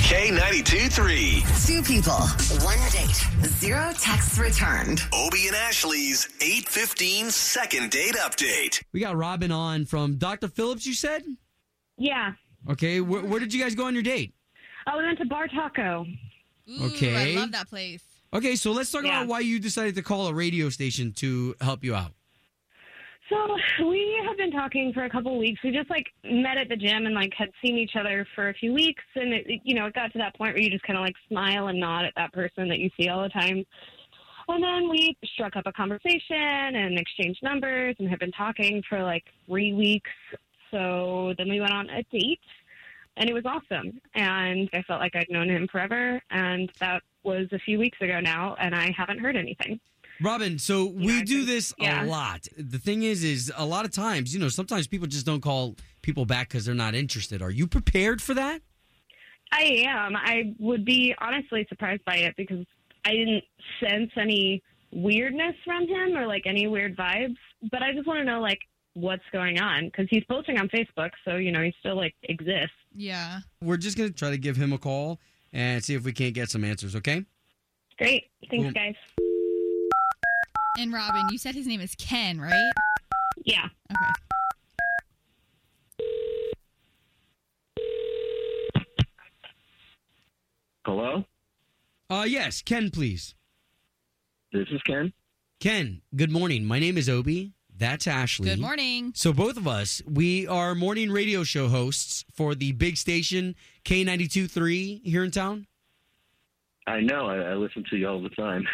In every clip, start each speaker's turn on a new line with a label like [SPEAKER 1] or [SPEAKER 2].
[SPEAKER 1] K92 3.
[SPEAKER 2] Two people, one date, zero texts returned.
[SPEAKER 1] Obie and Ashley's 815 second date update.
[SPEAKER 3] We got Robin on from Dr. Phillips, you said?
[SPEAKER 4] Yeah.
[SPEAKER 3] Okay, where, where did you guys go on your date?
[SPEAKER 4] Oh, we went to Bar Taco.
[SPEAKER 5] Ooh,
[SPEAKER 3] Okay.
[SPEAKER 5] I love that place.
[SPEAKER 3] Okay, so let's talk
[SPEAKER 4] Yeah.
[SPEAKER 3] about why you decided to call a radio station to help you out.
[SPEAKER 4] So we have been talking for a couple weeks. We just like met at the gym and like had seen each other for a few weeks, and it, it- you know it got to that point where you just kind of like smile and nod at that person that you see all the time. And then we struck up a conversation and exchanged numbers and have been talking for like three weeks. So then we went on a date, and it was awesome. And I felt like I'd known him forever, and that was a few weeks ago now, and I haven't heard anything.
[SPEAKER 3] Robin, so
[SPEAKER 4] Yeah,
[SPEAKER 3] we
[SPEAKER 4] I
[SPEAKER 3] do
[SPEAKER 4] think-
[SPEAKER 3] this
[SPEAKER 4] yeah.
[SPEAKER 3] a lot. The thing is, is a lot of times, you know, sometimes people just don't call people back because they're not interested. Are you prepared for that?
[SPEAKER 4] I am. I would be honestly surprised by it because I didn't sense any weirdness from him or like any weird vibes. But I just want to know like what's going on because he's posting on Facebook, so you know he still like exists.
[SPEAKER 5] Yeah.
[SPEAKER 3] We're just going to try to give him a call and see if we can't get some answers, okay?
[SPEAKER 4] Great, thanks,
[SPEAKER 3] Cool.
[SPEAKER 4] guys.
[SPEAKER 5] And Robin, you said his name is Ken, right?
[SPEAKER 4] Yeah.
[SPEAKER 5] Okay.
[SPEAKER 6] Hello,
[SPEAKER 3] Uh, yes, Ken, please.
[SPEAKER 6] this is Ken.
[SPEAKER 3] Ken, good morning. My name is Obi. That's Ashley.
[SPEAKER 5] Good morning.
[SPEAKER 3] So both of us, we are morning radio show hosts for the big station K92.3 here in town.
[SPEAKER 6] I know I, I listen to you all the time.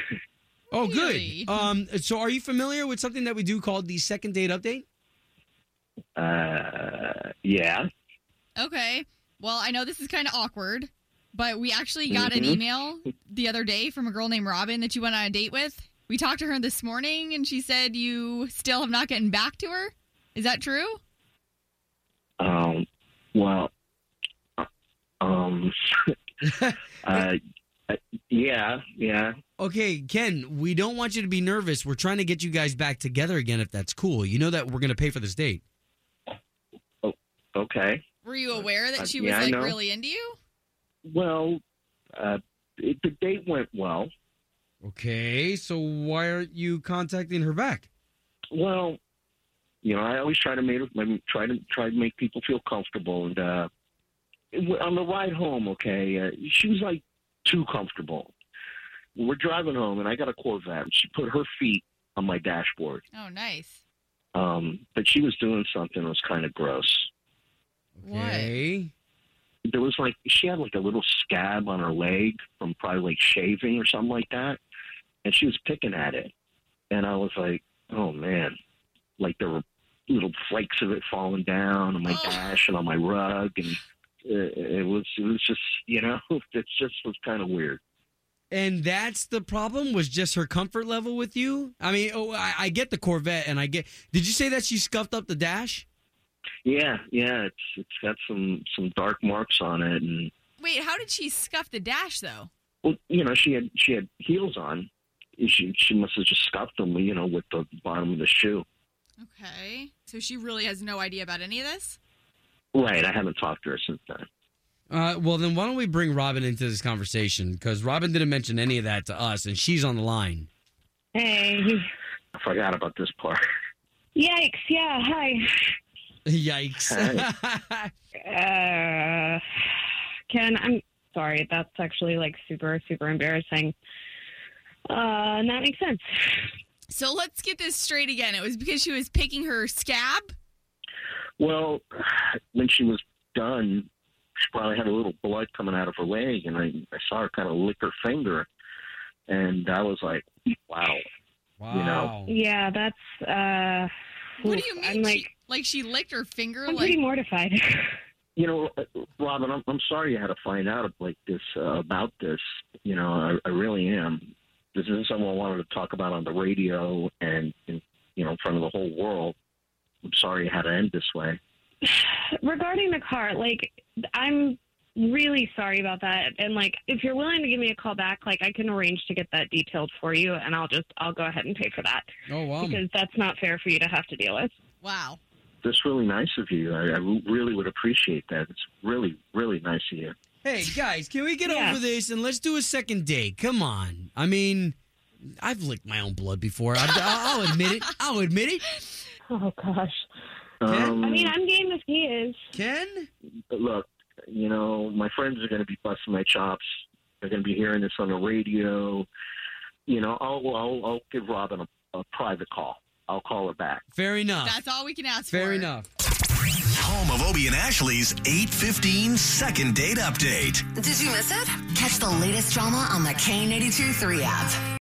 [SPEAKER 3] Oh,
[SPEAKER 5] Really?
[SPEAKER 3] good. Um, so are you familiar with something that we do called the second date update?
[SPEAKER 6] Uh, yeah,
[SPEAKER 5] Okay. Well, I know this is kind of awkward, but we actually got an
[SPEAKER 6] Mhm.
[SPEAKER 5] email the other day from a girl named Robin that you went on a date with. We talked to her this morning and she said you still have not gotten back to her. Is that true?
[SPEAKER 6] um, well, uh, um, uh, yeah, yeah.
[SPEAKER 3] Okay, Ken, we don't want you to be nervous. We're trying to get you guys back together again if that's cool. You know that we're going to pay for this date.
[SPEAKER 6] Okay.
[SPEAKER 5] Were you aware
[SPEAKER 6] Uh,
[SPEAKER 5] that she
[SPEAKER 6] yeah,
[SPEAKER 5] was
[SPEAKER 6] I
[SPEAKER 5] like
[SPEAKER 6] know.
[SPEAKER 5] really into you?
[SPEAKER 6] Well, uh, it, the date went well.
[SPEAKER 3] Okay, so why aren't you contacting her back?
[SPEAKER 6] Well, you know, I always try to make try to try to make people feel comfortable. And uh, it- on the ride home, okay, uh, she was like too comfortable. We're driving home, and I got a Corvette. and She put her feet on my dashboard,
[SPEAKER 5] Oh, nice.
[SPEAKER 6] um, but she was doing something that was kind of gross.
[SPEAKER 5] What?
[SPEAKER 3] Okay.
[SPEAKER 6] There was like she had like a little scab on her leg from probably like shaving or something like that, and she was picking at it, and I was like, oh man, like there were little flakes of it falling down on my
[SPEAKER 5] Oh.
[SPEAKER 6] dash and on my rug, and uh, it was it was just you know it just was kind of weird.
[SPEAKER 3] And that's the problem was just her comfort level with you? I mean, oh, I, I get the Corvette and I get Did you say that she scuffed up the dash?
[SPEAKER 6] Yeah, yeah, it's it's got some some dark marks on it, and
[SPEAKER 5] Wait, how did she scuff the dash though?
[SPEAKER 6] well, you know she had she had heels on. She she must have just scuffed them, you know, with the bottom of the shoe.
[SPEAKER 5] Okay. So she really has no idea about any of this?
[SPEAKER 6] Right, I haven't talked to her since then.
[SPEAKER 3] Uh, well, then why don't we bring Robin into this conversation? Because Robin didn't mention any of that to us, and she's on the line.
[SPEAKER 4] Hey.
[SPEAKER 6] I forgot about this part.
[SPEAKER 4] Yikes! Yeah. Hi.
[SPEAKER 3] Yikes.
[SPEAKER 4] Uh, Ken, I'm sorry. That's actually like super super embarrassing. Uh, and that makes sense.
[SPEAKER 5] So let's get this straight again. It was because she was picking her scab?
[SPEAKER 6] Well, when she was done, she probably had a little blood coming out of her leg, and I, I saw her kind of lick her finger, and I was like, "Wow,
[SPEAKER 3] wow.
[SPEAKER 4] Yeah, that's. uh
[SPEAKER 5] What do
[SPEAKER 4] oof,
[SPEAKER 5] you mean?
[SPEAKER 4] I'm like.
[SPEAKER 5] she, like she licked her finger?
[SPEAKER 4] I'm
[SPEAKER 5] like
[SPEAKER 4] pretty mortified.
[SPEAKER 6] you know, uh, Robin, I'm, I'm sorry you had to find out like this uh, about this. You know, I, I really am. This isn't something I wanted to talk about on the radio and, and you know in front of the whole world. I'm sorry you had to end this way.
[SPEAKER 4] Regarding the car, like I'm really sorry about that. And like if you're willing to give me a call back, like I can arrange to get that detailed for you and I'll just I'll go ahead and pay for that.
[SPEAKER 3] Oh, wow.
[SPEAKER 4] because that's not fair for you to have to deal with.
[SPEAKER 5] wow.
[SPEAKER 6] That's really nice of you. I, I really would appreciate that. It's really, really nice of you.
[SPEAKER 3] Hey guys, can we get
[SPEAKER 4] Yeah.
[SPEAKER 3] over this and let's do a second date? Come on. I mean, I've licked my own blood before. I, I'll I'll admit it. I'll admit it.
[SPEAKER 4] Oh gosh.
[SPEAKER 6] Um,
[SPEAKER 4] I mean, I'm game if he is.
[SPEAKER 3] Ken,
[SPEAKER 6] but look, you know, my friends are going to be busting my chops. They're going to be hearing this on the radio. You know, I'll I'll, I'll give Robin a, a private call. I'll call her back.
[SPEAKER 3] fair enough.
[SPEAKER 5] That's all we can ask for.
[SPEAKER 3] fair enough.
[SPEAKER 1] Home of Obie and Ashley's 815 second date update.
[SPEAKER 2] Did you miss it? Catch the latest drama on the K82 3 app.